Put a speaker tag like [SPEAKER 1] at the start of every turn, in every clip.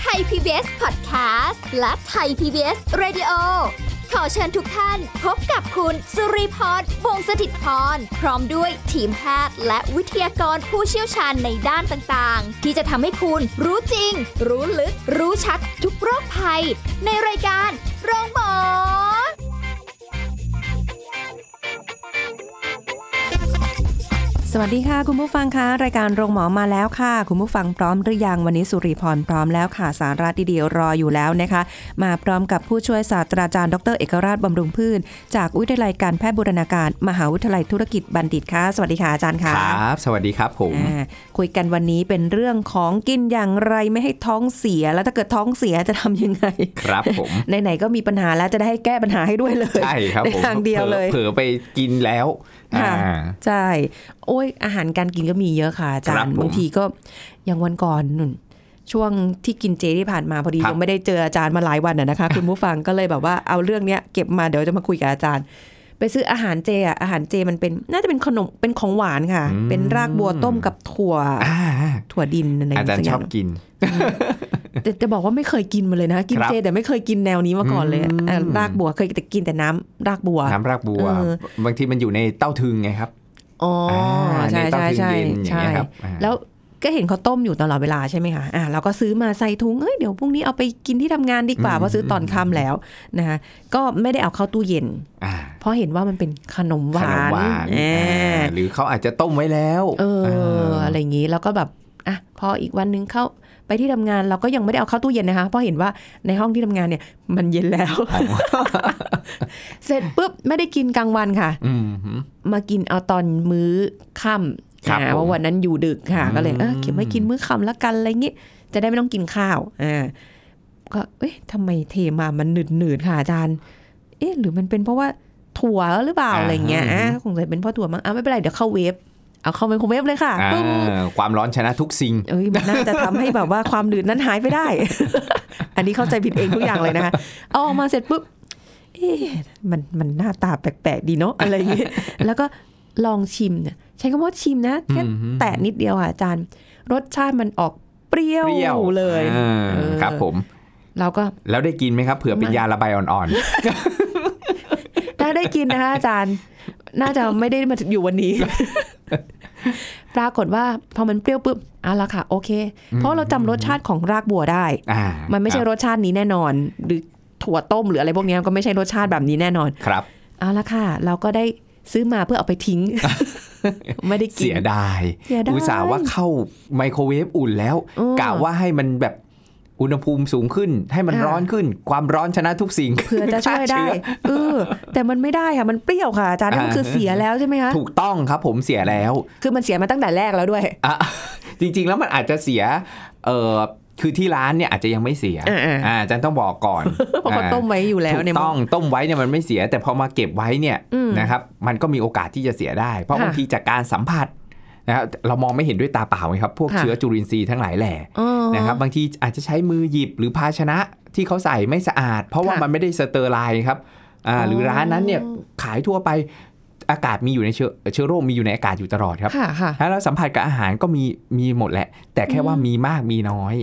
[SPEAKER 1] ไทย PBS Podcast และไทย PBS Radio ขอเชิญทุกท่านพบกับคุณสุริพรวงศสถิตพร พร้อมด้วยทีมแพทย์และวิทยากรผู้เชี่ยวชาญในด้านต่างๆ ที่จะทำให้คุณรู้จริง รู้ลึก รู้ชัดทุกโรคภัย ในรายการโรงพยาบาล
[SPEAKER 2] สวัสดีค่ะ คุณผู้ฟังคะรายการโรงหมอมาแล้วค่ะ คุณผู้ฟังพร้อมหรือยังวันนี้สุริพรพร้อมแล้วค่ะ สาระดีๆรออยู่แล้วนะคะ มาพร้อมกับผู้ช่วยศาสตราจารย์ ดร เอกราชบำรุงพืช จากวิทยาลัยการแพทย์บูรณาการ มหาวิทยาลัยธุรกิจบัณฑิตค่ะ สวัสดีค่ะอาจารย์ค่ะ
[SPEAKER 3] ครับ สวัสดีครับผม
[SPEAKER 2] อ่าคุยกันวันนี้เป็นเรื่องของกินอย่างไรไม่ให้ท้องเสียแล้วถ้าเกิดท้องเสียจะทำยังไง
[SPEAKER 3] ครับผม
[SPEAKER 2] ไหนๆก็มีปัญหาแล้วจะได้ให้แก้ปัญหาให้ด้วยเลย
[SPEAKER 3] ใช่ครับผม
[SPEAKER 2] ในทางเดียวเลย
[SPEAKER 3] เผลอไปกินแล้ว
[SPEAKER 2] ค่ะ
[SPEAKER 3] อ่า
[SPEAKER 2] ใช่ โอ้ยอาหารการกินก็มีเยอะค่ะอาจา
[SPEAKER 3] ครั
[SPEAKER 2] ร
[SPEAKER 3] บ
[SPEAKER 2] ย์
[SPEAKER 3] ผม
[SPEAKER 2] บางทีก็อย่างวันก่อนนุ่นช่วงที่กินเจที่ผ่านมาพอดี
[SPEAKER 3] ครับ
[SPEAKER 2] ยังไม่ได้เจออาจารย์มาหลายวันอะนะคะ คุณผู้ฟังก็เลยแบบว่าเอาเรื่องเนี้ยเก็บมาเดี๋ยวจะมาคุยกับอาจารย์ ไปซื้ออาหารเจอะอาหารเจมันเป็นน่าจะเป็นขนมเป็นของหวานค่ะ เป็นรากบัวต้มกับถั่ว
[SPEAKER 3] อ่า
[SPEAKER 2] ถั่วดินอะไร
[SPEAKER 3] อาจารย์ชอบ
[SPEAKER 2] สัก
[SPEAKER 3] กิน
[SPEAKER 2] แต่จะบอกว่าไม่เคยกินมาเลยนะกิน
[SPEAKER 3] ครับ
[SPEAKER 2] เจแต่ไม่เคยกินแนวนี้มาก่อนเลยอะ
[SPEAKER 3] อืม
[SPEAKER 2] อ่ะรากบัวเคยแต่กินแต่น้ำรากบัว
[SPEAKER 3] น้ำรากบัว
[SPEAKER 2] เออ
[SPEAKER 3] บางทีมันอยู่ในเต้าทึงไงครับ
[SPEAKER 2] อ๋ออา ใช่
[SPEAKER 3] ในเต้า
[SPEAKER 2] ใช่
[SPEAKER 3] ทึง
[SPEAKER 2] ใช่ใช่
[SPEAKER 3] เย็นอย่างเงี้ยครับอ่า
[SPEAKER 2] แล้วก็เห็นเขาต้มอยู่ตลอดเวลาใช่ไหมคะ อ่าเราก็ซื้อมาใส่ถุง เอ้ยเดี๋ยวพรุ่งนี้เอาไปกินที่ทำงานดีกว่า
[SPEAKER 3] อืม
[SPEAKER 2] เพราะซื้อตอนค่ำแล้วนะคะก็ไม่ได้เอาเข้าตู้เย็น
[SPEAKER 3] อ่า
[SPEAKER 2] เพราะเห็นว่ามันเป็นขนมห
[SPEAKER 3] ข
[SPEAKER 2] วาน
[SPEAKER 3] มหวาน
[SPEAKER 2] อ่า
[SPEAKER 3] อ่าหรือเขาอาจจะต้มไว้แล้ว
[SPEAKER 2] เออ
[SPEAKER 3] า
[SPEAKER 2] อะไรอย่างนี้แล้วก็แบบอ่ะพออีกวันนึงเข้าไปที่ทำงานเราก็ยังไม่ได้เอาเข้าตู้เย็นนะคะ เพราะเห็นว่าในห้องที่ทำงานเนี่ย มันเย็นแล้ว เสร็จปุ๊บไม่ได้กินกลางวันค่ะ
[SPEAKER 3] อืมฮึ
[SPEAKER 2] มากินเอาตอนมื้อค่ำ
[SPEAKER 3] ครับ
[SPEAKER 2] อ่า
[SPEAKER 3] ผม
[SPEAKER 2] ว่าวันนั้นอยู่ดึกค่ะ
[SPEAKER 3] อืม
[SPEAKER 2] ก็เลยเออเก็บไว้กินมื้อค่ำละกันอะไรเงี้ยจะได้ไม่ต้องกินข้าวอ่าก็เอ๊ะทำไมเทมามันหนืดหนืดๆค่ะอาจารย์ เอ๊ะหรือมันเป็นเพราะว่าถั่วหรือเปล่าอะไรเงี้ยอ่ะคงจะเป็นเพราะถั่วมั้งอ่ะไม่เป็นไรเดี๋ยวเข้าเวฟเอาเข้าไมโครเวฟเลยค่ะ
[SPEAKER 3] อ่า
[SPEAKER 2] ปึ้ม
[SPEAKER 3] ความร้อนชนะทุกสิ่ง
[SPEAKER 2] เอ้ยมันน่าจะทำให้แบบว่าความหนืดนั้นหายไปได้ อันนี้เข้าใจผิดเองทุกอย่างเลยนะคะเอาออกมาเสร็จปุ๊บเอ๊ะมันมันหน้าตาแปลกๆดีเนาะอะไรอย่างเงี้ย แล้วก็ลองชิมเนี่ยใช้คำว่าชิมนะแค่
[SPEAKER 3] อืมฮึ
[SPEAKER 2] แตะนิดเดียวอ่ะอาจารย์ รสชาติมันออกเปรี้ยว
[SPEAKER 3] เปรี้ยว
[SPEAKER 2] เลย
[SPEAKER 3] อ่า
[SPEAKER 2] เออ
[SPEAKER 3] ครับผม
[SPEAKER 2] เราก็
[SPEAKER 3] แล้วได้กินไหมครับเผื่อเป็นยาระบายอ่อน
[SPEAKER 2] ถ้าได้กินนะคะอาจารย์ น่าจะไม่ได้มาอยู่วันนี้ ปรากฏว่าพอมันเปรี้ยวปุ๊บเอาละค่ะ โอเค เพราะเราจำรสชาติของรากบัวได้
[SPEAKER 3] ๆอ่า
[SPEAKER 2] มันไม่ใช่รสชาตินี้แน่นอน หรือถั่วต้มหรืออะไรพวกเนี้ยก็ไม่ใช่รสชาติแบบนี้แน่นอน
[SPEAKER 3] ครับ
[SPEAKER 2] เอาละค่ะ เราก็ได้ซื้อมาเพื่อเอาไปทิ้ง ไม่ได้กิน
[SPEAKER 3] เสียดาย
[SPEAKER 2] เสียดาย
[SPEAKER 3] อุตส่าห์ว่าเข้าไมโครเวฟอุ่นแล้ว
[SPEAKER 2] อืม
[SPEAKER 3] กะว่าให้มันแบบอุณหภูมิสูงขึ้น ให้มัน
[SPEAKER 2] อ่า
[SPEAKER 3] ร้อนขึ้น ความร้อนชนะทุกสิ่ง
[SPEAKER 2] เพื่อจะช่วยได้
[SPEAKER 3] ฆ่าเ
[SPEAKER 2] เออแต่มันไม่ได้ค่ะ มันเปรี้ยวค่ะอาจารย์
[SPEAKER 3] อ่า
[SPEAKER 2] นั่นคือเสียแล้วใช่ไหมคะ
[SPEAKER 3] ถูกต้องครับผมเสียแล้ว
[SPEAKER 2] คือมันเสียมาตั้งแต่แรกแล้วด้วย
[SPEAKER 3] อ่ะ จริง ๆ แล้วมันอาจจะเสียเออคือที่ร้านเนี่ยอาจจะยังไม่เสีย
[SPEAKER 2] อ่า
[SPEAKER 3] อ่าอาจารย์ต้องบอกก่อน
[SPEAKER 2] ๆเพราะเขาต้มไว้อยู่แล้ว
[SPEAKER 3] ถูก
[SPEAKER 2] ในหม้
[SPEAKER 3] ต้
[SPEAKER 2] อ
[SPEAKER 3] องต้มไว้เนี่ยมันไม่เสีย แต่พอมาเก็บไว้เนี่ย
[SPEAKER 2] อืม
[SPEAKER 3] นะครับ มันก็มีโอกาสที่จะเสียได้ เพราะ
[SPEAKER 2] ค่ะ
[SPEAKER 3] บางทีจากการสัมผัสนะครับเรามองไม่เห็นด้วยตาเปล่าไงครับ พวก
[SPEAKER 2] ค่ะ
[SPEAKER 3] เชื้อจุลินทรีย์ทั้งหลายแหล่
[SPEAKER 2] อ๋อ
[SPEAKER 3] นะครับบางทีอาจจะใช้มือหยิบหรือภาชนะที่เขาใส่ไม่สะอาด เพราะว่า
[SPEAKER 2] ค่ะ
[SPEAKER 3] มันไม่ได้สเตอร์ไลน์ครับอ่า
[SPEAKER 2] อ๋อ
[SPEAKER 3] หรือร้านนั้นเนี่ยขายทั่วไปอากาศมีอยู่ในเชื้อเชื้อโรคมีอยู่ในอากาศอยู่ตลอดครับ
[SPEAKER 2] ค่ะค่ะ
[SPEAKER 3] ถ้าเราสัมผัสกับอาหารก็มีมีหมดแหละ แต่แค่ว่ามีมากมีน้อย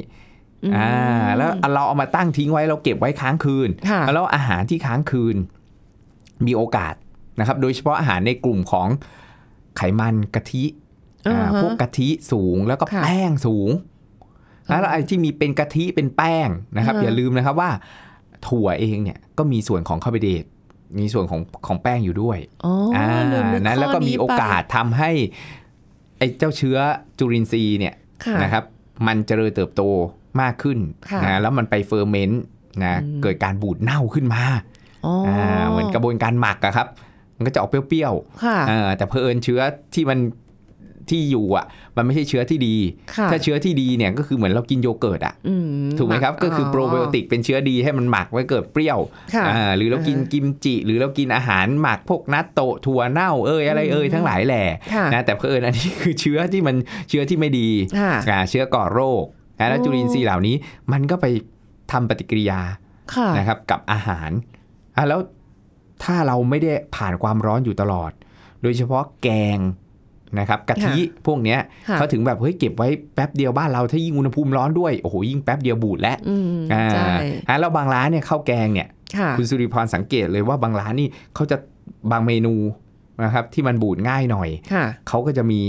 [SPEAKER 3] อ่าแล้วเราเอามาตั้งทิ้งไว้เราเก็บไว้ค้างคืน
[SPEAKER 2] ค่ะ
[SPEAKER 3] แล้วอาหารที่ค้างคืนมีโอกาสนะครับ โดยเฉพาะอาหารในกลุ่มของไขมันกะทิ
[SPEAKER 2] อ่า
[SPEAKER 3] อ่า
[SPEAKER 2] ฮะ
[SPEAKER 3] พวกกะทิสูงแล้วก็
[SPEAKER 2] ค่ะ
[SPEAKER 3] แป้งสูง
[SPEAKER 2] อ่า
[SPEAKER 3] แล้วไอ้ที่มีเป็นกะทิเป็นแป้งนะครับ
[SPEAKER 2] อ่า
[SPEAKER 3] อย่าลืมนะครับว่าถั่วเองเนี่ยก็มีส่วนของคาร์โบไฮเดรตมีส่วนของของแป้งอยู่ด้วย
[SPEAKER 2] อ๋ออาลืมนึ
[SPEAKER 3] นะแล้วก็
[SPEAKER 2] ข้
[SPEAKER 3] มีโอกาสทำให้ไอ้เจ้าเชื้อจุลินทรีย์เนี่ย
[SPEAKER 2] ค่ะ
[SPEAKER 3] นะครับ มันเจริญเติบโตมากขึ้น
[SPEAKER 2] ค่ะ
[SPEAKER 3] นะแล้วมันไปเฟอร์เมนต์นะ
[SPEAKER 2] อืม
[SPEAKER 3] เกิดการบูดเน่าขึ้นมา
[SPEAKER 2] อ๋ออ่
[SPEAKER 3] าเหมือนกระบวนการหมักอะครับ มันก็จะออกเปรี้ยวๆ
[SPEAKER 2] ค่ะ
[SPEAKER 3] เออแต่เพอเอิญเชื้อที่มันที่อยู่อ่ะ มันไม่ใช่เชื้อที่ดี
[SPEAKER 2] ค่ะ
[SPEAKER 3] ถ้าเชื้อที่ดีเนี่ยก็คือเหมือนเรากินโยเกิร์ตอ่ะ
[SPEAKER 2] อื
[SPEAKER 3] ถูกไหมครับ ก็คือโปรไบโอติกเป็นเชื้อดีให้มันหมักไว้เกิดเปรี้ยว
[SPEAKER 2] ค่ะ
[SPEAKER 3] อ่าหรือเรากิน
[SPEAKER 2] อ่าฮะ
[SPEAKER 3] กิมจิ หรือเรากินอาหารหมักพวกนัตโตะถั่วเน่าเอ้ยอะไรเอ้ย
[SPEAKER 2] อืม
[SPEAKER 3] ทั้งหลายแหล่
[SPEAKER 2] ค่ะ
[SPEAKER 3] นะแต่เพอเอิญอันนี้คือเชื้อที่มันเชื้อที่ไม่ดี
[SPEAKER 2] ค่ะ
[SPEAKER 3] อ่าเชื้อก่อโรคนะแล้ว
[SPEAKER 2] โอ้
[SPEAKER 3] จุลินทรีย์เหล่านี้ มันก็ไปทำปฏิกิริยา
[SPEAKER 2] ค่ะ
[SPEAKER 3] นะครับกับอาหารอ่ะแล้ว ถ้าเราไม่ได้ผ่านความร้อนอยู่ตลอด โดยเฉพาะแกงนะครับกะทิพวกเนี้ย
[SPEAKER 2] ค่ะ
[SPEAKER 3] เขาถึงแบบเฮ้ยเก็บไว้แป๊บเดียวบ้านเราถ้ายิ่งอุณหภูมิร้อนด้วยโอ้โหยิ่งแป๊บเดียวบูดแล้ว
[SPEAKER 2] อืม
[SPEAKER 3] อ่า
[SPEAKER 2] ใช่
[SPEAKER 3] อ่ะแล้วบางร้านเนี่ยข้าวแกงเนี่ย
[SPEAKER 2] ค่ะ
[SPEAKER 3] คุณสุริพรสังเกตเลยว่าบางร้านนี่เขาจะบางเมนูนะครับที่มันบูดง่ายหน่อย
[SPEAKER 2] ค่ะ
[SPEAKER 3] เขาก็จะมี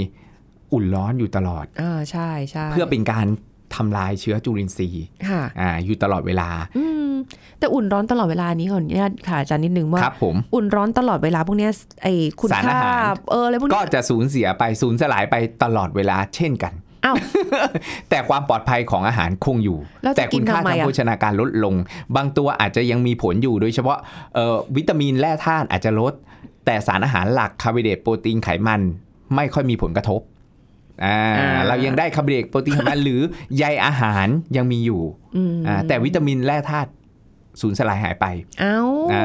[SPEAKER 3] อุ่นร้อนอยู่ตลอด
[SPEAKER 2] อ่าใช่ใช่
[SPEAKER 3] เพื่อเป็นการทำลายเชื้อจุลินทรีย์
[SPEAKER 2] ค่ะ
[SPEAKER 3] อ่าอยู่ตลอดเวลา
[SPEAKER 2] อืมแต่อุ่นร้อนตลอดเวลานี้ขออนุญาตค่ะอาจารย์นิดนึงว่า
[SPEAKER 3] ครับผม
[SPEAKER 2] อุ่นร้อนตลอดเวลาพวกเนี้ยไอ้คุณ
[SPEAKER 3] สารอา
[SPEAKER 2] ค่า
[SPEAKER 3] หาร
[SPEAKER 2] เอออะไรพวกเนี้
[SPEAKER 3] ก็
[SPEAKER 2] ย
[SPEAKER 3] จะสูญเสียไปสูญสลายไปตลอดเวลาเช่นกัน
[SPEAKER 2] อ้าว
[SPEAKER 3] แต่ความปลอดภัยของอาหารคงอยู่
[SPEAKER 2] แล้วจะ
[SPEAKER 3] แต่คุณค่า
[SPEAKER 2] กินทำไม
[SPEAKER 3] ทาง
[SPEAKER 2] อะ
[SPEAKER 3] โภชนาการลดลง บางตัวอาจจะยังมีผลอยู่โดยเฉพาะเอ่อวิตามินแร่ธาตุอาจจะลด แต่สารอาหารหลักคาร์โบไฮเดรตโปรตีนไขมัน ไม่ค่อยมีผลกระทบอ่า
[SPEAKER 2] อ่า
[SPEAKER 3] เรายังได้คาร์โบไฮเดรตโปรตีนไขมัน หรือใยอาหารยังมีอยู่
[SPEAKER 2] อืม
[SPEAKER 3] อ่าแต่วิตามินแร่ธาตุสูญสลายหายไป
[SPEAKER 2] เอ้า
[SPEAKER 3] อ่า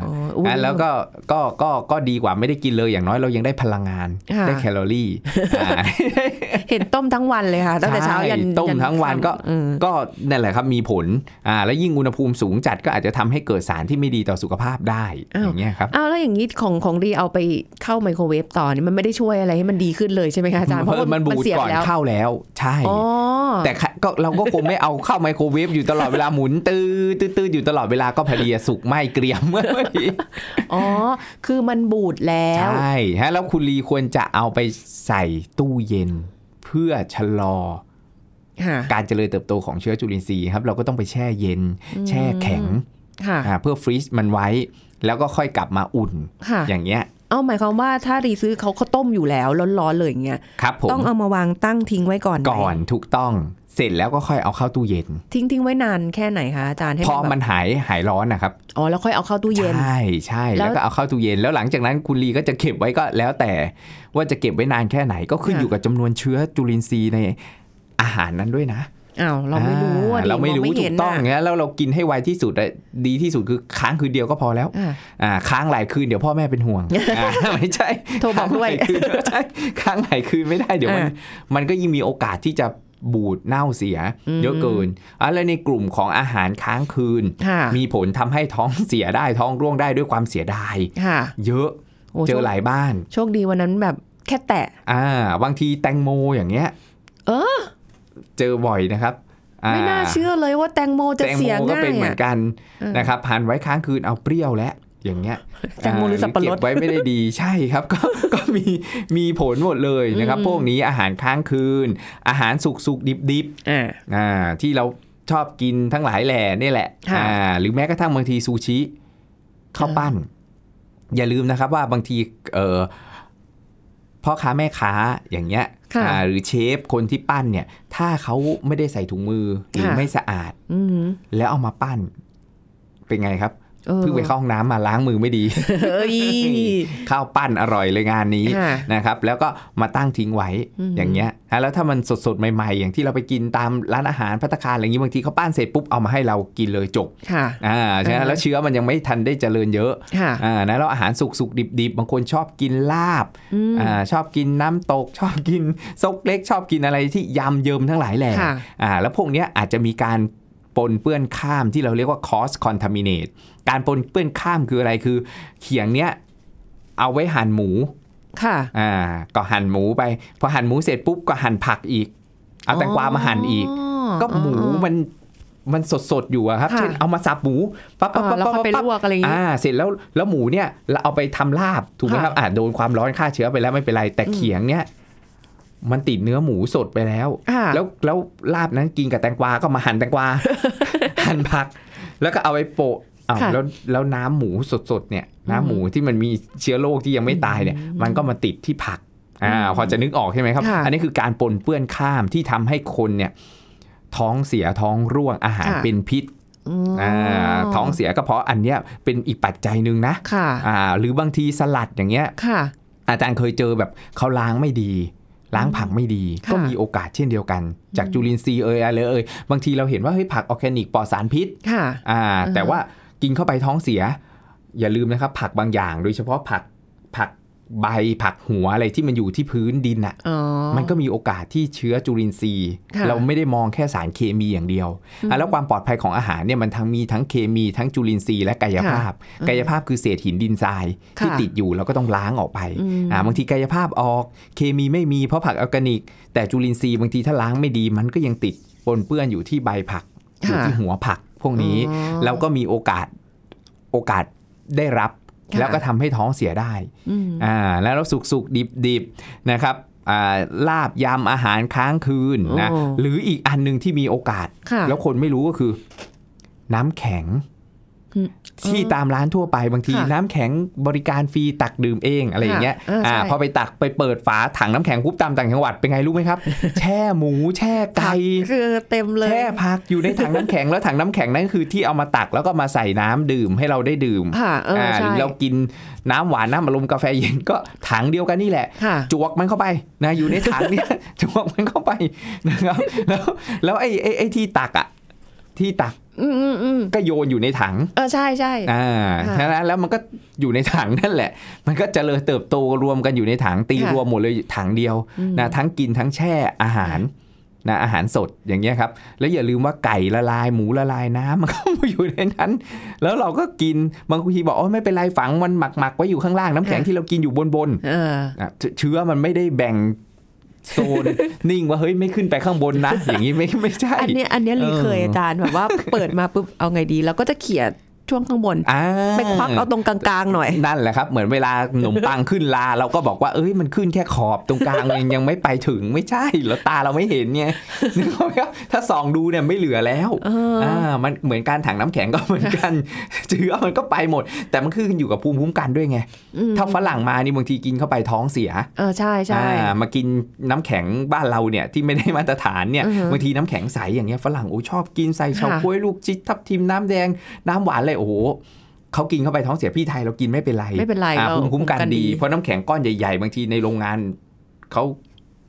[SPEAKER 2] โอ้อุ๊ย
[SPEAKER 3] อ่ะแล้วก็ก็ก็ก็ดีกว่าไม่ได้กินเลยอย่างน้อยเรายังได้พลังงาน
[SPEAKER 2] ค่ะ
[SPEAKER 3] ได้แคลอรี่อ่า
[SPEAKER 2] เห็นต้มทั้งวันเลยค่ะตั้งแต่เช้ายัน
[SPEAKER 3] ใช่ต้ม
[SPEAKER 2] ยั
[SPEAKER 3] ทั้งวันก็
[SPEAKER 2] อืม
[SPEAKER 3] ก็นั่นแหละครับมีผลอ่าแล้วยิ่งอุณหภูมิสูงจัดก็อาจจะทำให้เกิดสารที่ไม่ดีต่อสุขภาพได้
[SPEAKER 2] อ้าว
[SPEAKER 3] อย่างเงี้ยครับ
[SPEAKER 2] เอาแล้วอย่างนี้ของของดีเอาไปเข้าไมโครเวฟต่อนี่มันไม่ได้ช่วยอะไรให้มันดีขึ้นเลยใช่ไหมคะอาจารย์เพราะ
[SPEAKER 3] เพิ่
[SPEAKER 2] ว่าม
[SPEAKER 3] มันบูด
[SPEAKER 2] เสีย
[SPEAKER 3] ก่อ
[SPEAKER 2] ไป
[SPEAKER 3] น
[SPEAKER 2] แล้ว
[SPEAKER 3] เข้าแล้ว ใช่
[SPEAKER 2] อ๋อ
[SPEAKER 3] แต่ค่ะก็เราก็คงไม่เอาเข้าไมโครเวฟอยู่ตลอดเวลาหมุนตื้อตื้อตื้ออยู่ตลอดเวลาก็พอดีอะสุกไหมเกรียมเมื่อกี้
[SPEAKER 2] อ๋อ คือมันบูดแล้ว
[SPEAKER 3] ใช่ฮะแล้วคุณลีควรจะเอาไปใส่ตู้เย็น เพื่อชะลอ
[SPEAKER 2] ค่ะ
[SPEAKER 3] การเจริญเติบโตของเชื้อจุลินทรีย์ครับเราก็ต้องไปแช่เย็น แช่แข็ง
[SPEAKER 2] ค่ะ
[SPEAKER 3] อ่าเพื่อฟรีซมันไว้แล้วก็ค่อยกลับมาอุ่น
[SPEAKER 2] ค่ะ
[SPEAKER 3] อย่างเงี้ย
[SPEAKER 2] เอาหมายความว่าถ้ารีซื้อเขาเขาต้มอยู่แล้วร้อนๆเลยอย่างเงี้ย
[SPEAKER 3] ครับผม
[SPEAKER 2] ต้องเอามาวางตั้งทิ้งไว้ก่อนไหม
[SPEAKER 3] ก่อนถูกต้องเสร็จแล้วก็ค่อยเอาเข้าตู้เย็น
[SPEAKER 2] ทิ้งทิ้งไว้นานแค่ไหนคะอาจารย์ให้
[SPEAKER 3] พอ
[SPEAKER 2] แบบ
[SPEAKER 3] มันหายหายร้อนนะครับ
[SPEAKER 2] อ๋อแล้วค่อยเอาเข้าตู้เย็น
[SPEAKER 3] ใช่ใช่
[SPEAKER 2] แล้
[SPEAKER 3] แล้ววก็เอาเข้าตู้เย็น แล้วหลังจากนั้นคุณลีก็จะเก็บไว้ก็แล้วแต่ว่าจะเก็บไว้นานแค่ไหนก็ขึ้น
[SPEAKER 2] ค่ะ
[SPEAKER 3] อยู่กับจำนวนเชื้อจุลินทรีย์ในอาหารนั้นด้วยนะ
[SPEAKER 2] อ้าวเราไม่รู้อะ
[SPEAKER 3] อ่า
[SPEAKER 2] ดิ
[SPEAKER 3] เราไม่
[SPEAKER 2] อง
[SPEAKER 3] รู้ถู
[SPEAKER 2] เห็
[SPEAKER 3] ก
[SPEAKER 2] นะ
[SPEAKER 3] ต้องงั้นแล้วเรากินให้ไวที่สุดอะดีที่สุดคือค้างคืนเดียวก็พอแล้ว
[SPEAKER 2] อ่ะ
[SPEAKER 3] อ่าค้างหลายคืนเดี๋ยวพ่อแม่เป็น ห่วง อ่าไม่ใช่
[SPEAKER 2] โทรบอกด้วย
[SPEAKER 3] ค้างหลาคืนไม่ใช่ค้างหลายคืนไม่ได้เดี๋ยวมัน
[SPEAKER 2] อ่า
[SPEAKER 3] มันก็ยิ่งมีโอกาสที่จะบูดเน่าเสีย
[SPEAKER 2] อืม
[SPEAKER 3] เยอะเกินอ่ะแล้วในกลุ่มของอาหารค้างคืน
[SPEAKER 2] ค่ะ
[SPEAKER 3] มีผลทำให้ท้องเสียได้ท้องร่วงได้ด้วยความเสียดาย
[SPEAKER 2] ค่ะ
[SPEAKER 3] เยอะ
[SPEAKER 2] โอ้
[SPEAKER 3] เจ
[SPEAKER 2] โช
[SPEAKER 3] อ
[SPEAKER 2] ค
[SPEAKER 3] หลายบ้าน
[SPEAKER 2] โชคดีวันนั้นแบบแค่แตะ
[SPEAKER 3] อ่าบางทีแตงโมอย่างเงี้ย
[SPEAKER 2] เอ
[SPEAKER 3] เจอบ่อยนะครับอ่
[SPEAKER 2] ไม่น่าเชื่อเลยว่าแตงโมจะ
[SPEAKER 3] แตง
[SPEAKER 2] เสี
[SPEAKER 3] โม
[SPEAKER 2] ย
[SPEAKER 3] ก็
[SPEAKER 2] ง่า
[SPEAKER 3] เป็
[SPEAKER 2] ย
[SPEAKER 3] นเหมือ
[SPEAKER 2] อะ
[SPEAKER 3] นกัน
[SPEAKER 2] เออ
[SPEAKER 3] นะครับผ่านไว้ค้างคืนเอาเปรี้ยวแล้วอย่างเงี้ย
[SPEAKER 2] แตงโมหรือสับปะร
[SPEAKER 3] เก็
[SPEAKER 2] ด
[SPEAKER 3] บไว้ไม่ได้ดี ใช่ครับ ก็ก็มีมีผลหมดเลยนะครับ
[SPEAKER 2] อืม
[SPEAKER 3] พวกนี้อาหารค้างคืน อาหารสุกสุกดิบดิบ
[SPEAKER 2] อ่า
[SPEAKER 3] ๆอ่าที่เราชอบกินทั้งหลายแหล่นี่แหละ
[SPEAKER 2] ค่ะ
[SPEAKER 3] อ่าหรือแม้กระทั่งบางทีซูชิข้าวปั้น อย่าลืมนะครับว่าบางทีเออพ่อค้าแม่ค้าอย่างเงี้ย
[SPEAKER 2] ค่ะ
[SPEAKER 3] อ่าหรือเชฟคนที่ปั้นเนี่ย ถ้าเขาไม่ได้ใส่ถุงมือหรือ
[SPEAKER 2] ค่ะ
[SPEAKER 3] ไม่สะอาด
[SPEAKER 2] อืม
[SPEAKER 3] แล้วเอามาปั้น เป็นไงครับ
[SPEAKER 2] ออ
[SPEAKER 3] เพิ่งไปเข้าห้องน้ำมาล้างมือไม่ดี
[SPEAKER 2] เฮ้ย
[SPEAKER 3] ข้าวปั้นอร่อยเลยงานนี้
[SPEAKER 2] ค่ะ
[SPEAKER 3] นะครับ แล้วก็มาตั้งทิ้งไว้
[SPEAKER 2] อืม
[SPEAKER 3] อย่างเงี้ยอ่ะแล้วถ้ามันสดๆ ใหม่ๆ อย่างที่เราไปกินตามร้านอาหารพัตตาคารอะไรอย่างงี้บางทีเขาปั้นเสร็จปุ๊บเอามาให้เรากินเลยจบ
[SPEAKER 2] ค่ะ
[SPEAKER 3] อ่าใช่ไหม
[SPEAKER 2] อ่าฮะ
[SPEAKER 3] แล้วเชื้อมันยังไม่ทันได้เจริญเยอะ
[SPEAKER 2] ค่ะ
[SPEAKER 3] อ่านะแล้วอาหารสุกๆดิบๆบางคนชอบกินลาบ
[SPEAKER 2] อืม
[SPEAKER 3] อ่าชอบกินน้ำตก ชอบกินซกเล็ก ชอบกินอะไรที่ยำเยิมทั้งหลายแหล่
[SPEAKER 2] ค่ะ
[SPEAKER 3] อ่าแล้วพวกเนี้ยอาจจะมีการปนเปื้อนข้ามที่เราเรียกว่า cross contaminate การปนเปื้อนข้ามคืออะไรคือ เขียงเนี้ยเอาไว้หั่นหมู
[SPEAKER 2] ค่ะ
[SPEAKER 3] อ่า ก็หั่นหมูไป พอหั่นหมูเสร็จปุ๊บก็หั่นผักอีก เอาแตงกวามาหั่นอีก ก็หมูมันมันสดสดๆอยู่อะครับ
[SPEAKER 2] ค่ะ
[SPEAKER 3] เช่นเอามาสับหมูปั๊บปั๊บ
[SPEAKER 2] อ่า
[SPEAKER 3] ปั๊บ
[SPEAKER 2] แล้ว
[SPEAKER 3] ปั๊บ
[SPEAKER 2] ค่อยไป
[SPEAKER 3] ปั๊บ
[SPEAKER 2] ลวกอะไรอย่างงี้
[SPEAKER 3] อ่าเสร็จแล้วแล้วหมูเนี่ยเราเอาไปทำลาบถูกไหม
[SPEAKER 2] ค่ะ
[SPEAKER 3] ครับอ่าโดนความร้อนฆ่าเชื้อไปแล้วไม่เป็นไรแต่
[SPEAKER 2] อืม
[SPEAKER 3] เขียงเนี่ยมันติดเนื้อหมูสดไปแล้ว
[SPEAKER 2] ค่ะ
[SPEAKER 3] แล้วแล้วลาบนั้นกินกับแตงกวาก็มาหั่นแตง กวา หั่นผัก แล้วก็เอาไปโปะอ้าว
[SPEAKER 2] ค่ะ
[SPEAKER 3] แล้วแล้วน้ำหมูสดๆเนี่ย
[SPEAKER 2] อืม
[SPEAKER 3] น้ำหมูที่มันมีเชื้อโรคที่ยังไม่ตายเนี่ย มันก็มาติดที่ผักอ่าพอจะนึกออกใช่ไหมครับ
[SPEAKER 2] ค่ะ
[SPEAKER 3] อันนี้คือการปนเปื้อนข้ามที่ทำให้คนเนี่ย ท้องเสียท้องร่วงอาหารเป็นพิษ
[SPEAKER 2] อืม
[SPEAKER 3] อ่าท้องเสียก็เพราะอันเนี้ยเป็นอีกปัจจัยหนึ่งนะ
[SPEAKER 2] ค่ะ
[SPEAKER 3] อ่า หรือบางทีสลัดอย่างเงี้ย
[SPEAKER 2] ค่ะ
[SPEAKER 3] อาจารย์เคยเจอแบบเขาล้างไม่ดี ล้างผักไม่ดี
[SPEAKER 2] ค่ะ
[SPEAKER 3] ก็มีโอกาสเช่นเดียวกัน จากจุลินทรีย์เอ่ยอะไรเอ่ยบางทีเราเห็นว่าเฮ้ยผักออร์แกนิกปลอดสารพิษ
[SPEAKER 2] ค่ะ
[SPEAKER 3] อ่า
[SPEAKER 2] อือฮะ
[SPEAKER 3] แต่ว่ากินเข้าไปท้องเสีย อย่าลืมนะครับ ผักบางอย่าง โดยเฉพาะผักผัก ใบผักหัวอะไรที่มันอยู่ที่พื้นดินอะ
[SPEAKER 2] อ๋อ
[SPEAKER 3] มันก็มีโอกาสที่เชื้อจุลินทรีย์
[SPEAKER 2] ค่ะ
[SPEAKER 3] เราไม่ได้มองแค่สารเคมีอย่างเดียวอ่ะแล้วความปลอดภัยของอาหารเนี่ยมันทั้งมีทั้งเคมีทั้งจุลินทรีย์และกายภาพ กายภาพคือเศษหินดินทรายที่ติดอยู่เราก็ต้องล้างออกไปอ่าบางทีกายภาพออกเคมีไม่มีเพราะผักออร์แกนิก แต่จุลินทรีย์บางทีถ้าล้างไม่ดี มันก็ยังติดปนเปื้อนอยู่ที่ใบผักอยู่ที่หัวผักพวกนี้
[SPEAKER 2] อ๋อ
[SPEAKER 3] แล้วก็มีโอกาสโอกาสได้รับ
[SPEAKER 2] ค่ะ
[SPEAKER 3] แล้วก็ทำให้ท้องเสียได้
[SPEAKER 2] อืม
[SPEAKER 3] อ่าแล้วเราสุกสุกดิบดิบๆนะครับอ่าลาบยำอาหารค้างคืนนะหรืออีกอันหนึ่งที่มีโอกาส
[SPEAKER 2] ค่ะ
[SPEAKER 3] แล้วคนไม่รู้ก็คือ น้ำแข็ง
[SPEAKER 2] อืม
[SPEAKER 3] ที่ตามร้านทั่วไปบางที
[SPEAKER 2] ค่ะ
[SPEAKER 3] น้ำแข็งบริการฟรีตักดื่มเองอะไรอย่างเงี้ย
[SPEAKER 2] ค่ะเออใช่
[SPEAKER 3] อ่าพอไปตักไปเปิดฝาถังน้ำแข็งปุ๊บตามต่างจังหวัดเป็นไงรู้ไหมครับ แช่หมูแช่ไก่
[SPEAKER 2] คือเต็มเลย
[SPEAKER 3] แช่ผักอยู่ในถังน้ำแข็งแล้วถังน้ำแข็งนั้นคือที่เอามาตักแล้วก็มาใส่น้ำดื่มให้เราได้ดื่ม
[SPEAKER 2] ค่ะเออ
[SPEAKER 3] อ่าห
[SPEAKER 2] ใช่
[SPEAKER 3] รือเรากินน้ำหวานน้ำอารมณ์กาแฟเย็นก็ถังเดียวกันนี่แหละ
[SPEAKER 2] ค่ะ
[SPEAKER 3] จวกมันเข้าไปนะอยู่ในถังเนี่ย จวกมันเข้าไปนะครับแล้วแล้วไอ้ไอ้ไอ้ที่ตักอ่ะที่ตัก
[SPEAKER 2] อืมอืมอืม
[SPEAKER 3] ก็โยนอยู่ในถัง
[SPEAKER 2] เออใช่ใช่
[SPEAKER 3] อ่า
[SPEAKER 2] ค่ะ
[SPEAKER 3] ฉะนั้นแล้วมันก็อยู่ในถังนั่นแหละ มันก็เจริญเติบโตรวมกันอยู่ในถังตี
[SPEAKER 2] ค่ะ
[SPEAKER 3] รวมหมดเลยถังเดียวนะทั้งกินทั้งแช่อาหารนะอาหารสดอย่างเงี้ยครับ แล้วอย่าลืมว่าไก่ละลายหมูละลายน้ำมันก็มาอยู่ในนั้น แล้วเราก็กินบางทีบอกโอ้ไม่เป็นไรฝังมันหมักหมักๆไว้อยู่ข้างล่างน้ำแข็งที่เรากินอยู่บนบนๆ
[SPEAKER 2] เออ
[SPEAKER 3] อ่ะเชเชื้อมันไม่ได้แบ่งโซ น นิ่งว่าเฮ้ยไม่ขึ้นไปข้างบนนะ อย่างนี้ไม่ไม่ใช่
[SPEAKER 2] อันเนี้ยอันเนี้ยรีเคย
[SPEAKER 3] เอออ
[SPEAKER 2] อาจารย์แบบว่า เปิดมาปุ๊บเอาไงดี แล้วก็จะเขี่ยช่วงข้างบน
[SPEAKER 3] อ่า
[SPEAKER 2] ไปควักเอาตรงกลางๆหน่อย
[SPEAKER 3] นั่นแหละครับ เหมือนเวลาขนมปังขึ้นลา เราก็บอกว่าเอ้ยมันขึ้นแค่ขอบตรงกลาง เองยังไม่ไปถึงไม่ใช่แล้วตาเราไม่เห็นไง นึกออกไหมครับถ้าส่องดูเนี่ยไม่เหลือแล้ว
[SPEAKER 2] เอออ่
[SPEAKER 3] มันเหมือนการถังน้ำแข็งก็เหมือนกัน เชื้อมันก็ไปหมด แต่มันขึ้นอยู่กับภูมิคุ้มกันด้วยไง
[SPEAKER 2] อืม
[SPEAKER 3] ถ้าฝรั่งมานี่บางทีกินเข้าไปท้องเสีย
[SPEAKER 2] เออใช่ใช่
[SPEAKER 3] อ่ามากินน้ำแข็งบ้านเราเนี่ยที่ไม่ได้มาตรฐานเนี่ย
[SPEAKER 2] อือฮึ
[SPEAKER 3] บางทีน้ำแข็งใสอย่างเงี้ยฝรั่งโอ้ชอบกินใส่เฉา
[SPEAKER 2] ค่ะ
[SPEAKER 3] ก๊วยลูกชิดทับทิมน้ำแดงน้ำหวานเลยโอ้โหเขากินเข้าไปท้องเสียพี่ไทยเรากินไม่เป็นไร
[SPEAKER 2] ไม่เป็นไร
[SPEAKER 3] อ่า
[SPEAKER 2] เรา
[SPEAKER 3] ภูมิคุ้มกันดี เพราะน้ำแข็งก้อนใหญ่ๆ บางทีในโรงงานเขา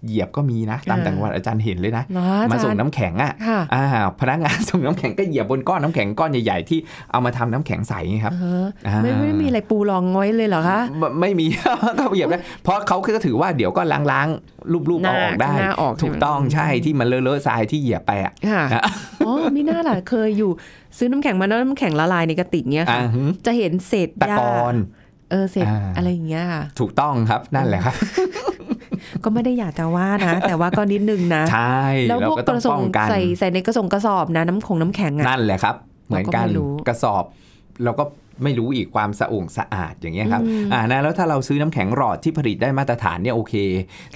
[SPEAKER 3] เหยียบก็มีนะ ตามต่างจังหวัดอาจารย์เห็นเลยนะ
[SPEAKER 2] เหรออา
[SPEAKER 3] มา
[SPEAKER 2] จา
[SPEAKER 3] ส่ง
[SPEAKER 2] รย์
[SPEAKER 3] น้ำแข็งอ่ะ
[SPEAKER 2] ค่ะ
[SPEAKER 3] อ่าพนักงาน ส่งน้ำแข็งก็เหยียบบนก้อนน้ำแข็งก้อนใหญ่ ๆ ที่เอามาทำน้ำแข็งใสไงครับ
[SPEAKER 2] เออ
[SPEAKER 3] อ่า
[SPEAKER 2] ไม่ไม่ได้มีอะไรปูรองง้อยเลยเหรอคะ
[SPEAKER 3] ไม่ไม่มี ก็เหยียบได้เพราะเขาก็ถือว่าเดี๋ยวก็ล้างๆรูปๆ
[SPEAKER 2] หน้า
[SPEAKER 3] เอาออกได้
[SPEAKER 2] หน้าออก
[SPEAKER 3] ถูกต้อง
[SPEAKER 2] ใช่
[SPEAKER 3] ใช่
[SPEAKER 2] ไหม
[SPEAKER 3] ที่มันเลอะๆทรายที่เหยียบไปอ่ะ
[SPEAKER 2] ค่ะ
[SPEAKER 3] นะ
[SPEAKER 2] อ๋อมีหน้าล่ะเคยอยู่ ซื้อน้ำแข็งมาแล้วน้ำแข็งละลายในกระติกเนี้ย
[SPEAKER 3] อ่า
[SPEAKER 2] ค่ะ
[SPEAKER 3] หึ
[SPEAKER 2] จะเห็นเศษห
[SPEAKER 3] ตะ
[SPEAKER 2] ญ้าก
[SPEAKER 3] อน
[SPEAKER 2] เออเศษ
[SPEAKER 3] อ่า
[SPEAKER 2] อะไรอย่างเงี้ยค่ะ
[SPEAKER 3] ถูกต้องครับนั่นแหละครับ
[SPEAKER 2] ก็ไม่ได้อยากจะว่านะ แต่ว่าก็นิดนึงนะ
[SPEAKER 3] ใช่
[SPEAKER 2] แล้ว
[SPEAKER 3] เรา
[SPEAKER 2] พวก
[SPEAKER 3] ก็
[SPEAKER 2] ก
[SPEAKER 3] ต้อง
[SPEAKER 2] ระส
[SPEAKER 3] ป้
[SPEAKER 2] ง
[SPEAKER 3] องกัน
[SPEAKER 2] ใส่ใส่ในกระสงกระสอบนะน้ำของน้ำแข็งอะ
[SPEAKER 3] นั่นแหละครับ เหมือน
[SPEAKER 2] เรา
[SPEAKER 3] กัน
[SPEAKER 2] ก็ไม่รู้
[SPEAKER 3] กระสอบเราก็ไม่รู้อีกความสะองสะอาดอย่างเงี้ยครับ
[SPEAKER 2] อืม
[SPEAKER 3] อ่านะแล้วถ้าเราซื้อน้ำแข็งหลอดที่ผลิตได้มาตรฐานเนี่ยโอเค